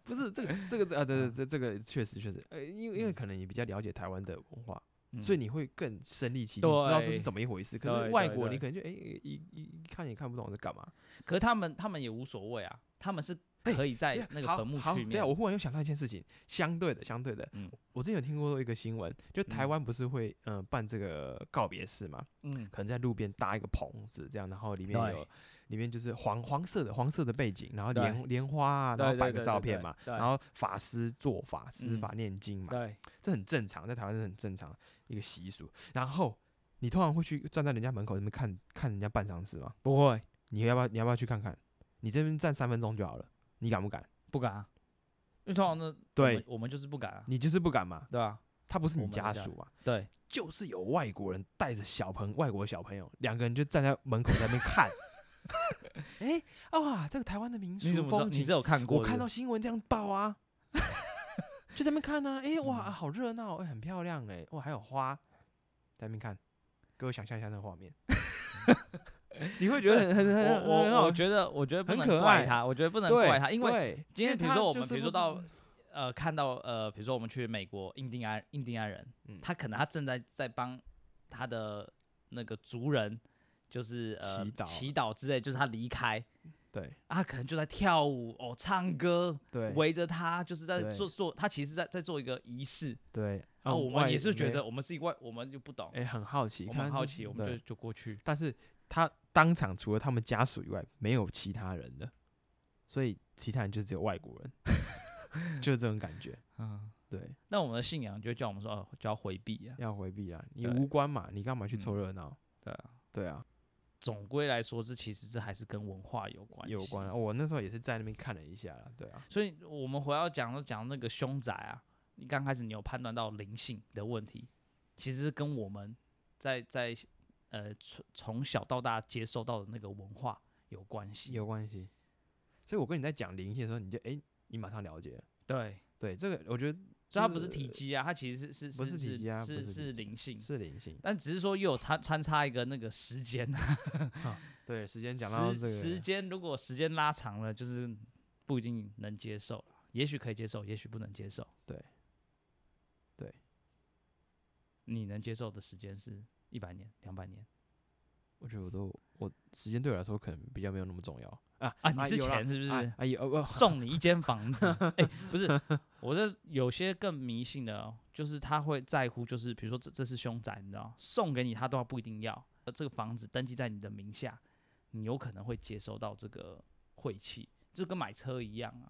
S2: 不是这个这个啊，对对，这这个确实确实，呃，因为因为可能你比较了解台湾的文化，所以
S1: 嗯
S2: 你会更身临其境，知道这
S1: 对
S2: 是怎么一回事。可
S1: 对
S2: 是外
S1: 对
S2: 国
S1: 对
S2: 你可能就哎一一一看也看不懂我在干嘛。
S1: 可是他们他们也无所谓啊，他们是
S2: 哎
S1: 可以
S2: 对
S1: 在
S2: 啊
S1: 那个
S2: 好
S1: 坟墓
S2: 好
S1: 区
S2: 对啊，
S1: 面，
S2: 我忽然又想到一件事情，相对的，相对的，
S1: 嗯
S2: 我之前有听过一个新闻，就台
S1: 嗯
S2: 湾不是会嗯、呃办这个告别式嘛，
S1: 嗯，
S2: 可能在路边搭一个棚子这样，然后里面
S1: 对
S2: 有里面就是黄黄色的黄色的背景，然后
S1: 对
S2: 莲莲花啊，然
S1: 对
S2: 后
S1: 对
S2: 摆
S1: 对
S2: 个
S1: 对
S2: 照
S1: 对
S2: 片嘛，
S1: 对
S2: 然后法师做法，施
S1: 嗯
S2: 法念经嘛，
S1: 对，
S2: 这很正常，在台湾是很正常一个习俗。然后你通常会去站在人家门口那边看看人家办丧事吗？
S1: 不会，
S2: 你要不要你要不要去看看？你这边站三分钟就好了，你敢不敢？
S1: 不敢啊，因为通常呢，我
S2: 对
S1: 们我们就是不敢啊，
S2: 你就是不敢嘛，
S1: 对啊，
S2: 他不是
S1: 我
S2: 你
S1: 们的
S2: 家
S1: 家
S2: 属嘛，
S1: 对，
S2: 就是有外国人带着小朋外国小朋友，两个人就站在门口在那边 看。哎、哇，这个台湾的民
S1: 你怎
S2: 俗
S1: 么知道？
S2: 风
S1: 你
S2: 情
S1: 是，有看过
S2: 我
S1: 的？
S2: 看到新闻这样报 啊，就在那边看啊，哎、
S1: 嗯
S2: 哇，好热闹，哎、很漂亮、哎，哇，还有花，在那边看，各位想象一下那个画面， 你会觉得很很很
S1: 我
S2: 很很
S1: 我
S2: 好
S1: 我，觉得我觉得不
S2: 很
S1: 能
S2: 可
S1: 怪
S2: 爱
S1: 他，我觉得不能
S2: 对
S1: 怪他，因为
S2: 对
S1: 今
S2: 因
S1: 天比如
S2: 他
S1: 说我
S2: 就
S1: 们
S2: 是
S1: 比如说
S2: 不
S1: 到
S2: 知
S1: 呃看到呃，比如说我们去美国印第安印第安人，
S2: 嗯
S1: 他可能他正在在帮他的那个族人，就是呃
S2: 祈祷
S1: 祈祷之类，就是他离开。
S2: 对
S1: 啊，他可能就在跳舞哦，唱歌，
S2: 对
S1: 围着他，就是在
S2: 对
S1: 做做，他其实在在做一个仪式。
S2: 对，
S1: 啊，我
S2: 外
S1: 们也是觉
S2: 没
S1: 得我们是一外，我们就不懂，
S2: 哎、很好奇，
S1: 我
S2: 看
S1: 们
S2: 看
S1: 好
S2: 这
S1: 奇，我们
S2: 对
S1: 就就过去。
S2: 但是他当场除了他们家属以外，没有其他人的，所以其他人就只有外国人， 就是这种感觉。
S1: 嗯，
S2: 对，
S1: 那我们的信仰就叫我们说，哦，就要回避啊。
S2: 要回避啊，你
S1: 对
S2: 无关嘛，你干嘛去
S1: 嗯
S2: 凑热闹？
S1: 对啊，
S2: 对啊，
S1: 总归来说，这其实这还是跟文化有关，
S2: 有关、啊。。我那时候也是在那边看了一下啦，对啊，
S1: 所以我们回到讲到讲那个凶宅啊，你刚开始你有判断到灵性的问题，其实是跟我们在在呃从从小到大接受到的那个文化有关系。
S2: 有关系。所以我跟你在讲灵性的时候，你就哎、你马上了解了。
S1: 对，
S2: 对，这个我觉得
S1: 所以它
S2: 就
S1: 不是体积啊，它其实是是
S2: 不
S1: 是
S2: 是体积啊
S1: 是
S2: 不是体积
S1: 灵性，
S2: 是灵性。
S1: 但只是说又有穿穿插一个那个时间啊，
S2: 对，时间讲到这
S1: 时时
S2: 个，
S1: 间如果时间拉长了，就是不一定能接受了，也许可以接受，也许不能接受。
S2: 对，对，
S1: 你能接受的时间是一百年、两百年。
S2: 我觉得我都我时间对我来说可能比较没有那么重要啊
S1: 啊你是
S2: 有啦
S1: 钱是不
S2: 啊
S1: 是
S2: 啊有 哦
S1: 送你一间房子。 哎、不是，我这有些更迷信的、哦，就是他会在乎，就是比如说这这是凶宅，你知道，送给你他都不一定要。呃这个房子登记在你的名下，你有可能会接收到这个晦气，这跟买车一样啊。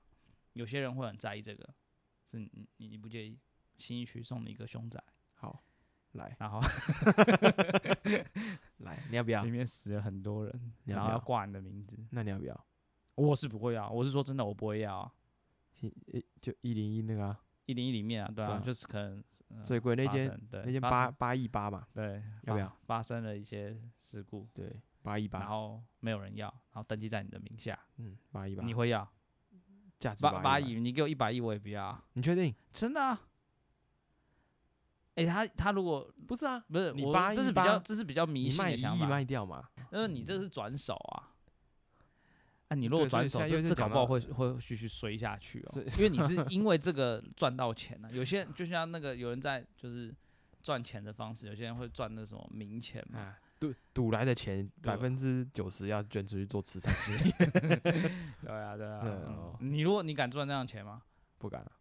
S1: 有些人会很在意这个，是你你你不介意？新一区送你一个凶宅，
S2: 好来。
S1: 然后
S2: 来，你要不要
S1: 里？面死了很多人，
S2: 啊你要
S1: 然
S2: 不
S1: 后要
S2: 要
S1: 挂你的名字。
S2: 那你要不要？
S1: 我是不会要，我是说真的，我不会要啊。
S2: 一一就一零一那个啊，
S1: 一零一里面啊，对
S2: 对
S1: 啊
S2: 啊，
S1: 就是可能、呃、
S2: 最贵那
S1: 发
S2: 间
S1: 生对
S2: 那间
S1: 发
S2: 八
S1: 生
S2: 八亿八嘛，
S1: 对，
S2: 要不
S1: 发
S2: 要？
S1: 发生了一些事故，
S2: 对，八亿
S1: 然
S2: 八，
S1: 后没有人要，然后登记在你的名下，
S2: 嗯，八亿八，
S1: 你会要
S2: 价值
S1: 八八
S2: 亿
S1: 亿？
S2: 吧，
S1: 你给我一百亿我也不要啊，
S2: 你确定？
S1: 真的、啊。哎、他他如果
S2: 不是啊，
S1: 不是
S2: 你
S1: 我
S2: 八，
S1: 这
S2: 亿
S1: 是比较
S2: 八
S1: 这是比较迷
S2: 你
S1: 信
S2: 卖
S1: 的
S2: 一
S1: 想
S2: 亿
S1: 法
S2: 卖，掉嘛？
S1: 因为你这是转手啊。啊，你如果
S2: 对所以
S1: 转手，
S2: 现在
S1: 这
S2: 又
S1: 这
S2: 是
S1: 搞
S2: 讲
S1: 不好
S2: 到
S1: 会会继续衰下去哦
S2: 所以，
S1: 因为你是因为这个赚到钱啊。有些人就像那个有人在就是赚钱的方式，有些人会赚那什么名钱嘛，
S2: 啊，赌赌来的钱
S1: 对
S2: 百分之九十要捐出去做慈善事业，
S1: 对啊，对啊。
S2: 嗯
S1: 嗯
S2: 哦
S1: 你如果你敢赚那样钱吗？
S2: 不敢了，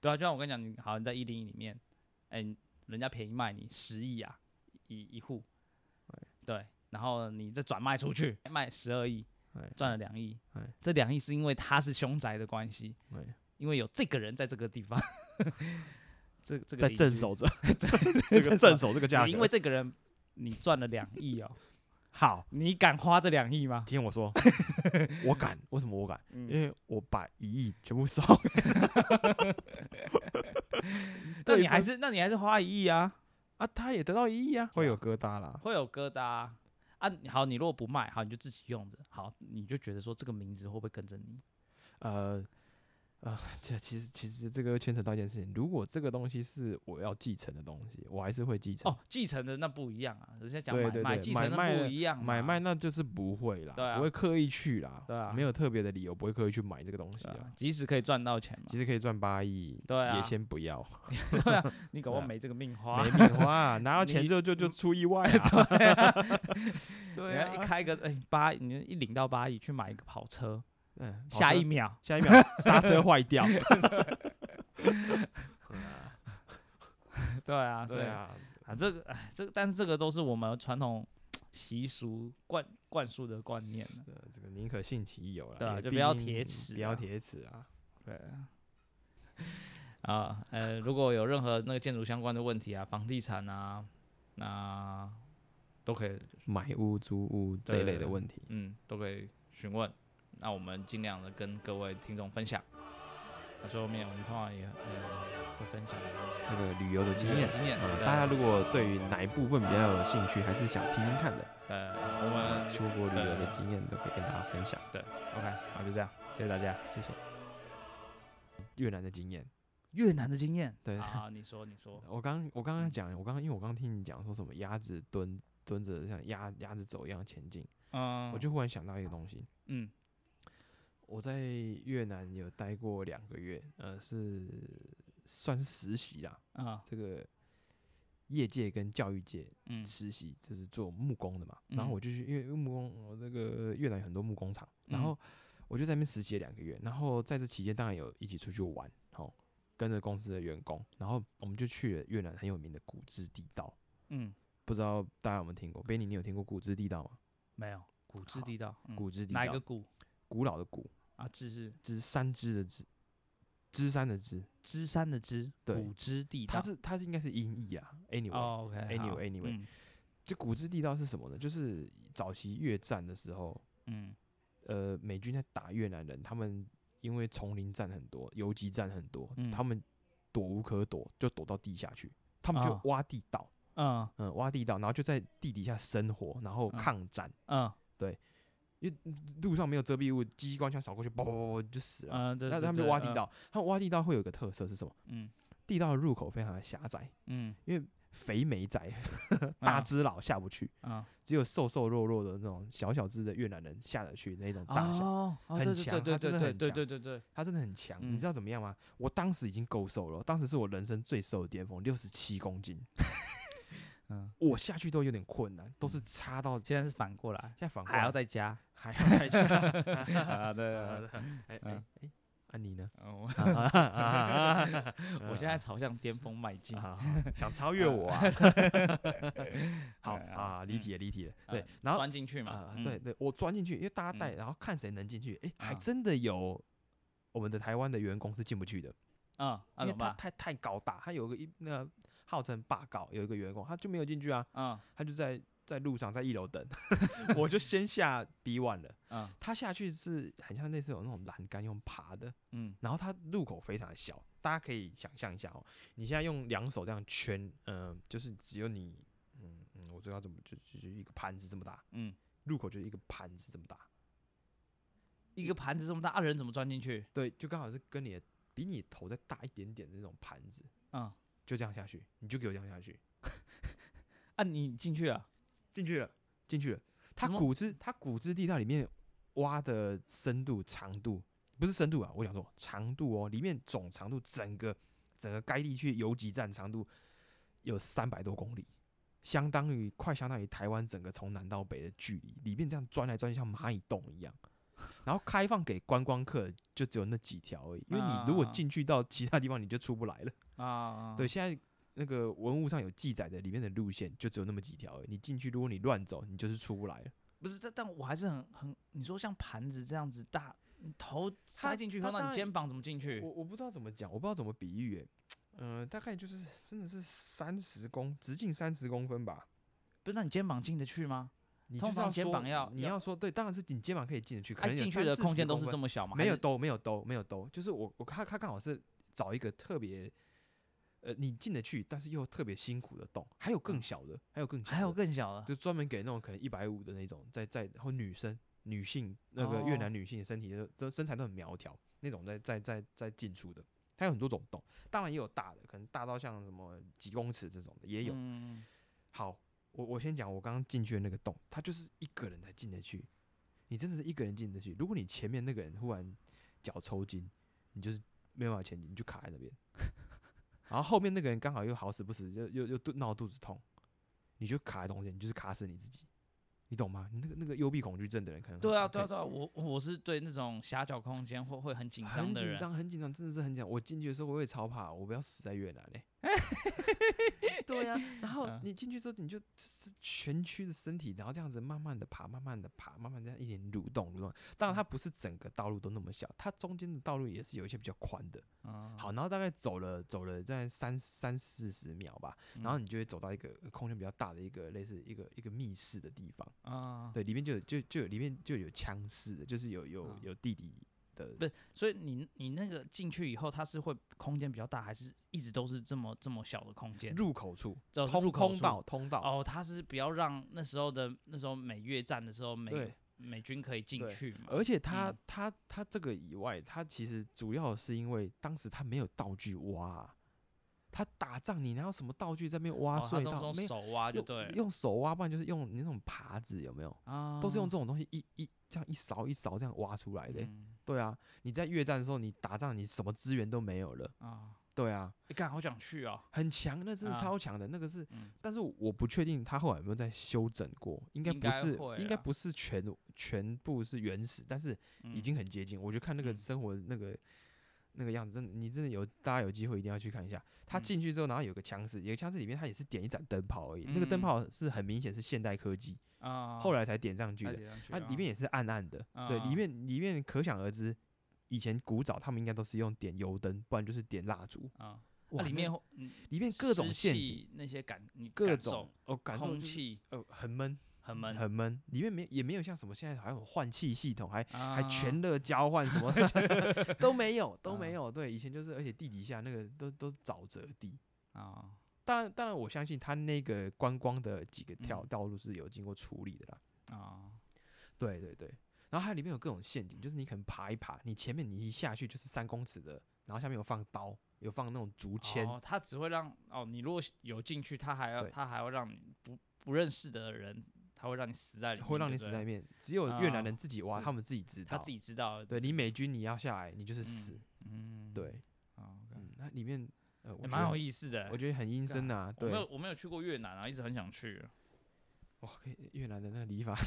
S1: 对啊，就像我跟你讲，你好，你在一零一里面，哎、人家便宜卖你十亿啊，一一户，
S2: 哎
S1: 对，然后你再转卖出去，卖十二亿，
S2: 哎
S1: 赚了两亿
S2: 哎，
S1: 这两亿是因为他是凶宅的关系，
S2: 对
S1: 因为有这个人在这个地方，这这个
S2: 在
S1: 邻
S2: 镇
S1: 居
S2: 守着
S1: 在
S2: 这个镇守这个价格。
S1: 你因为这个人，你赚了两亿哦，
S2: 好，
S1: 你敢花这两亿吗？
S2: 听我说，我敢，为什么我敢？
S1: 嗯
S2: 因为我把一亿全部烧。
S1: 那
S2: 对
S1: 你还
S2: 方
S1: 是那你还是花一亿啊，
S2: 啊，他也得到一亿啊，
S3: 会有疙瘩啦。
S1: 会有疙瘩啊。啊好，你如果不卖，好，你就自己用着，好，你就觉得说这个名字会不会跟着你？
S2: 呃呃，这其实其实这个又牵扯到一件事情，如果这个东西是我要继承的东西，我还是会继承。
S1: 哦，继承的那不一样啊，人家讲
S2: 对
S1: 买
S2: 对
S1: 卖，
S2: 对
S1: 继
S2: 买
S1: 承的
S2: 卖
S1: 不
S2: 的
S1: 一样嘛，
S2: 买卖那就是不会啦，
S1: 啊对啊
S2: 不会刻意去啦，
S1: 对啊
S2: 没有特别的理由，不会刻意去买这个东西
S1: 对
S2: 啊
S1: 啊。即使可以赚到钱嘛
S2: 其，实可以赚八亿，
S1: 对啊
S2: 也先不要，
S1: 对啊， 你搞不好
S2: 对啊
S1: 没这个命花
S2: 没，命花啊，拿到钱
S1: 你
S2: 之后就就出意外啊。 对
S1: 人家一
S2: 啊，
S1: 开个哎八，你一领到八亿去买一个跑车，
S2: 嗯，跑
S1: 下
S2: 车
S1: 一 秒
S2: 下一秒 刹车坏掉。
S1: 对啊，所
S2: 对
S1: 以
S2: 啊，
S1: 啊，这个哎，这个但是这个都是我们传统习俗灌灌输的观念了
S2: 呃这个宁可信其一有啦，
S1: 对啊
S2: 也
S1: 就
S2: 毕
S1: 不要
S2: 竟
S1: 铁齿
S2: 不要
S1: 啊
S2: 铁齿啊。
S1: 对啊。 啊，呃，如果有任何那个建筑相关的问题啊，房地产啊，那都可以，
S2: 买屋、租屋这一类
S1: 对
S2: 的问题。
S1: 嗯，都可以询问。那我们尽量的跟各位听众分享。那最后面我们通常也呃会分享
S2: 那个旅游的经验。
S1: 经验，
S2: 呃，
S1: 对啊
S2: 大家如果对于哪一部分比较有兴趣，还是想听听看的，
S1: 呃我们
S2: 出国旅游的经验都可以跟大家分享。
S1: 对 OK，那就这样，谢谢大家。
S2: 谢谢。越南的经验，
S1: 越南的经验，
S2: 对
S1: 啊，你说你说，
S2: 我刚我刚刚讲，我刚刚因为我刚刚听你讲说什么鸭子蹲蹲着像鸭鸭子走一样前进，
S1: 嗯，
S2: 我就忽然想到一个东西，
S1: 嗯
S2: 我在越南有待过两个月，呃，是算是实习啦，
S1: 啊
S2: 这个业界跟教育界
S1: 嗯
S2: 实习，就是做木工的嘛。然后
S1: 嗯
S2: 我就去，因为因为木工，我那个越南有很多木工厂，然
S1: 嗯
S2: 后我就在那边实习了两个月。然后在这期间，当然有一起出去玩，哦，跟着公司的员工，然后我们就去了越南很有名的古芝地道。
S1: 嗯，
S2: 不知道大家有没有听过？贝尼，你有听过古芝地道吗？
S1: 没有，古之
S2: 好
S1: 地道，嗯
S2: 古芝地
S1: 哪一个
S2: 道，
S1: 古
S2: 古老的古，
S1: 啊？芝是
S2: 芝山芝的芝，芝山的芝，
S1: 芝山的芝，
S2: 对
S1: 古之地道。
S2: 它是它是应该是音译啊。Anyway，、
S1: 哦，OK，好
S2: anyway，anyway
S1: 嗯
S2: 这古芝地道是什么呢？就是早期越战的时候，
S1: 嗯
S2: 呃，美军在打越南人，他们因为丛林战很多，游击战很多，
S1: 嗯
S2: 他们躲无可躲，就躲到地下去，他们就
S1: 啊
S2: 挖地道，
S1: 嗯
S2: 嗯，挖地道，然后就在地底下生活，然后
S1: 嗯
S2: 抗战，
S1: 嗯
S2: 因为路上没有遮蔽物，机关枪扫过去，嘣嘣嘣嘣就死了。
S1: 嗯，对
S2: 啊那
S1: 对
S2: 他们就
S1: 对
S2: 挖地
S1: 嗯
S2: 道，他们挖地道会有一个特色是什么？
S1: 嗯
S2: 地道的入口非常的狭窄，
S1: 嗯
S2: 肥美仔 大
S1: 啊
S2: 只佬下不去，
S1: 嗯，
S2: 只有瘦瘦弱弱的那种小小只的越南人下得去那种大小。
S1: 哦，哦
S2: 很
S1: 对
S2: 强
S1: 对
S2: 它
S1: 对
S2: 真的
S1: 对
S2: 很
S1: 对对对
S2: 强
S1: 对对，
S2: 他真的很强，
S1: 嗯
S2: 你知道怎么样吗？我当时已经够瘦了，当时是我人生最瘦的巅峰，六十七公斤，
S1: 嗯，
S2: 我下去都有点困难，都是差到现
S1: 现在是反过来，
S2: 在反过
S1: 还要
S2: 来
S1: 再 加
S2: 还要再加，
S1: 啊，对对，对
S2: 哎哎哎，啊你呢？
S1: 嗯我
S2: 啊啊啊啊
S1: 我现在朝向巅峰迈进
S2: 啊，好想超越我啊！好
S1: 哎
S2: 啊，离题了，离题了。对
S1: 啊，
S2: 然后
S1: 钻进去嘛
S2: 啊，，
S1: 嗯
S2: 对，对，我钻进去，因为大家带，
S1: 嗯
S2: 然后看谁能进去，哎，还
S1: 啊
S2: 真的有我们的台湾的员工是进不去的。
S1: 嗯，那
S2: 因为
S1: 怎么
S2: 他
S1: 办？
S2: 太太高大，他有个一那个号称霸道，有一个员工他就没有进去啊，
S1: 嗯
S2: 他就在在路上在一楼等， 我就先下 B one 了。
S1: 嗯
S2: 他下去是很像类似有那种栏杆用爬的，
S1: 嗯
S2: 然后它入口非常的小，大家可以想象一下哦，你现在用两手这样圈，嗯、就是只有你，嗯嗯，我知道怎么就就就一个盘子这么大，
S1: 嗯，
S2: 入口就是一个盘子这么大，
S1: 一个盘子这么大，啊人怎么钻进去？
S2: 对，就刚好是跟你的比你头再大一点点的那种盘子，
S1: 嗯，
S2: 就这样下去，你就给我这样下去，
S1: 啊，你进去了，
S2: 进去了，进去了。它
S1: 什么
S2: 古之它古之地道里面挖的深度、长度不是深度啊，我想说长度哦，里面总长度整个整个该地区游击战长度有三百多公里，相当于快相当于台湾整个从南到北的距离，里面这样钻来钻去像蚂蚁洞一样。然后开放给观光客就只有那几条而已，因为你如果
S1: 啊
S2: 进去到其他地方你就出不来了。
S1: 啊，
S2: 对，现在那个文物上有记载的里面的路线就只有那么几条而已，你进去如果你乱走，你就是出不来了。
S1: 不是，但但我还是很很，你说像盘子这样子大，你头塞进去以
S2: 它
S1: 后，那
S2: 当
S1: 你
S2: 然
S1: 肩膀怎么进去
S2: 我？我不知道怎么讲，我不知道怎么比喻、欸，呃，大概就是真的是三十公直径三十公分吧。
S1: 不是，那你肩膀进得去吗？
S2: 你
S1: 通
S2: 就是
S1: 常
S2: 要
S1: 肩
S2: 说
S1: 膀要
S2: 你
S1: 要
S2: 要说对，当然是你肩膀可以进得去，可
S1: 哎，
S2: 能有
S1: 进去的
S2: 30
S1: 空间都是
S2: 公分
S1: 这么小吗？
S2: 没
S1: 还
S2: 有
S1: 是，
S2: 兜，没有兜，没有兜，就是我我他他刚好是找一个特别，呃，你进得去，但是又特别辛苦的洞，还有更小的，还有更小的，
S1: 嗯还有更小的。
S2: 就专门给那种可能一百五的那种，在在然后女生女性那个越
S1: 哦
S2: 南女性的身体都都身材都很苗条那种在在在在进出的，它有很多种洞，当然也有大的，可能大到像什么几公尺这种的也有，
S1: 嗯，
S2: 好，我我先讲我刚刚进去的那个洞，它就是一个人才进得去，你真的是一个人进得去。如果你前面那个人忽然脚抽筋，你就是没办法前进，你就卡在那边。然后后面那个人刚好又好死不死，就又又肚闹肚子痛，你就卡在中间，你就是卡死你自己，你懂吗？你那个那个幽闭恐惧症的人可能
S1: 对啊，
S2: 很
S1: 对啊，
S2: 很
S1: 对啊，我我是对那种狭小空间会会很紧张
S2: 很
S1: 的
S2: 紧
S1: 人。
S2: 张，很紧张，真的是很紧张。我进去的时候我也超怕，我不要死在越南 嘞、对呀、然后
S1: 嗯
S2: 你进去之后，你就这全区的身体，然后这样子慢慢的爬，慢慢的爬，慢慢这样一点蠕动蠕动。当然，
S1: 嗯
S2: 它不是整个道路都那么小，它中间的道路也是有一些比较宽的。
S1: 嗯，
S2: 好，然后大概走了走了在三三四十秒吧，
S1: 嗯，
S2: 然后你就会走到一个呃空间比较大的一个类似一个一个密室的地方。
S1: 啊，
S2: 对，里面就有就就有里面就有枪室的，就是有有
S1: 嗯
S2: 有弟弟的
S1: 不是，所以你你那个进去以后，它是会空间比较大，还是一直都是这么这么小的空间？
S2: 入口处。
S1: 只有是
S2: 通
S1: 入口
S2: 通
S1: 处
S2: 道通道，
S1: 哦，它是不要让那时候的那时候美越战的时候美
S2: 对
S1: 美军可以进
S2: 对
S1: 去嘛？
S2: 而且它
S1: 嗯
S2: 它它这个以外，它其实主要是因为当时它没有道具挖啊，它打仗你哪有什么道具在那边挖
S1: 哦，它
S2: 隧
S1: 都是
S2: 道？
S1: 用
S2: 没有
S1: 手挖就
S2: 用
S1: 对了
S2: 用手挖，不然就是用那种耙子，有没有？
S1: 啊，
S2: 都是用这种东西一一这样一勺一勺这样挖出来的欸、
S1: 嗯
S2: 对啊，你在越战的时候，你打仗你什么资源都没有了。
S1: 啊，
S2: 对啊，
S1: 你看好想去哦，
S2: 很强，那真的
S1: 啊
S2: 超强的，那个是，
S1: 嗯
S2: 但是我不确定他后来有没有再修整过，应该
S1: 应
S2: 不
S1: 该
S2: 是
S1: 会，啊
S2: 应该
S1: 啦
S2: 不是全全部是原始，但是已
S1: 嗯
S2: 经很接近。我就看那个
S1: 嗯
S2: 生活那个、那个样子，真的，你真的有大家有机会一定要去看一下。他
S1: 嗯
S2: 进去之后，然后有个枪室，有个枪室里面他也是点一盏灯泡而已，那个灯
S1: 嗯
S2: 泡是很明显是现代科技，
S1: 啊，
S2: 后来才点上去
S1: 它
S2: 的。
S1: 叠上去哦
S2: 它、里面也是暗暗的，对，
S1: 啊
S2: 里面里面可想而知，以前古早他们应该都是用点油灯，不然就是点蜡烛。
S1: 啊，
S2: 哇
S1: 它里
S2: 那
S1: 面会嗯
S2: 里面各种
S1: 湿
S2: 陷阱，
S1: 气那些感你
S2: 各
S1: 感
S2: 种
S1: 受
S2: 哦，感受
S1: 空
S2: 就是
S1: 气
S2: 呃很闷，
S1: 很闷，
S2: 很闷。里面没也没有像什么现在还有换气系统，还还
S1: 啊
S2: 全热交换什么 都没有，都
S1: 啊
S2: 没有。对，以前就是，而且地底下那个都都沼泽地。
S1: 啊
S2: 当然，当然，我相信他那个观光的几个跳
S1: 嗯
S2: 道路是有经过处理的啦。
S1: 啊
S2: 对对对，然后它里面有各种陷阱，就是你可能爬一爬，你前面你一下去就是三公尺的，然后下面有放刀，有放那种竹签，
S1: 哦，它只会让哦，你如果有进去，它还要
S2: 对
S1: 它还会让你不不认识的人，它会让你死在里面，
S2: 会让你
S1: 对
S2: 死
S1: 不
S2: 在
S1: 对
S2: 里面。只有越南人
S1: 啊
S2: 自己挖，
S1: 是
S2: 他们自己知道，
S1: 他自己知道的
S2: 对
S1: 自
S2: 你
S1: 己，
S2: 美军你要下来，你就是死。
S1: 嗯，
S2: 对，
S1: 哦，OK，
S2: 嗯，那里面呃，我
S1: 也
S2: 觉
S1: 蛮
S2: 得
S1: 有意思的欸。
S2: 我觉得很阴
S1: 对啊
S2: 森呐、啊。
S1: 我
S2: 对
S1: 没，有我没有去过越南啊，一直很想去
S2: 哇，可以越南的那个理发
S1: 啊。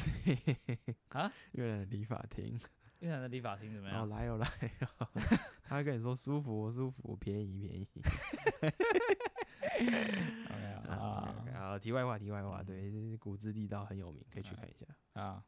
S2: 越南的理发厅，
S1: 越南的理发厅怎么
S2: 然后
S1: 样？
S2: 来哦来哦， 他会跟你说舒服哦舒服，便宜便宜。
S1: OK
S2: 啊，OK，OK，
S1: 啊
S2: 啊
S1: 嗯哎
S2: 好，题外话题外话，对，古之地道很有名，可以去看一下。
S1: 啊！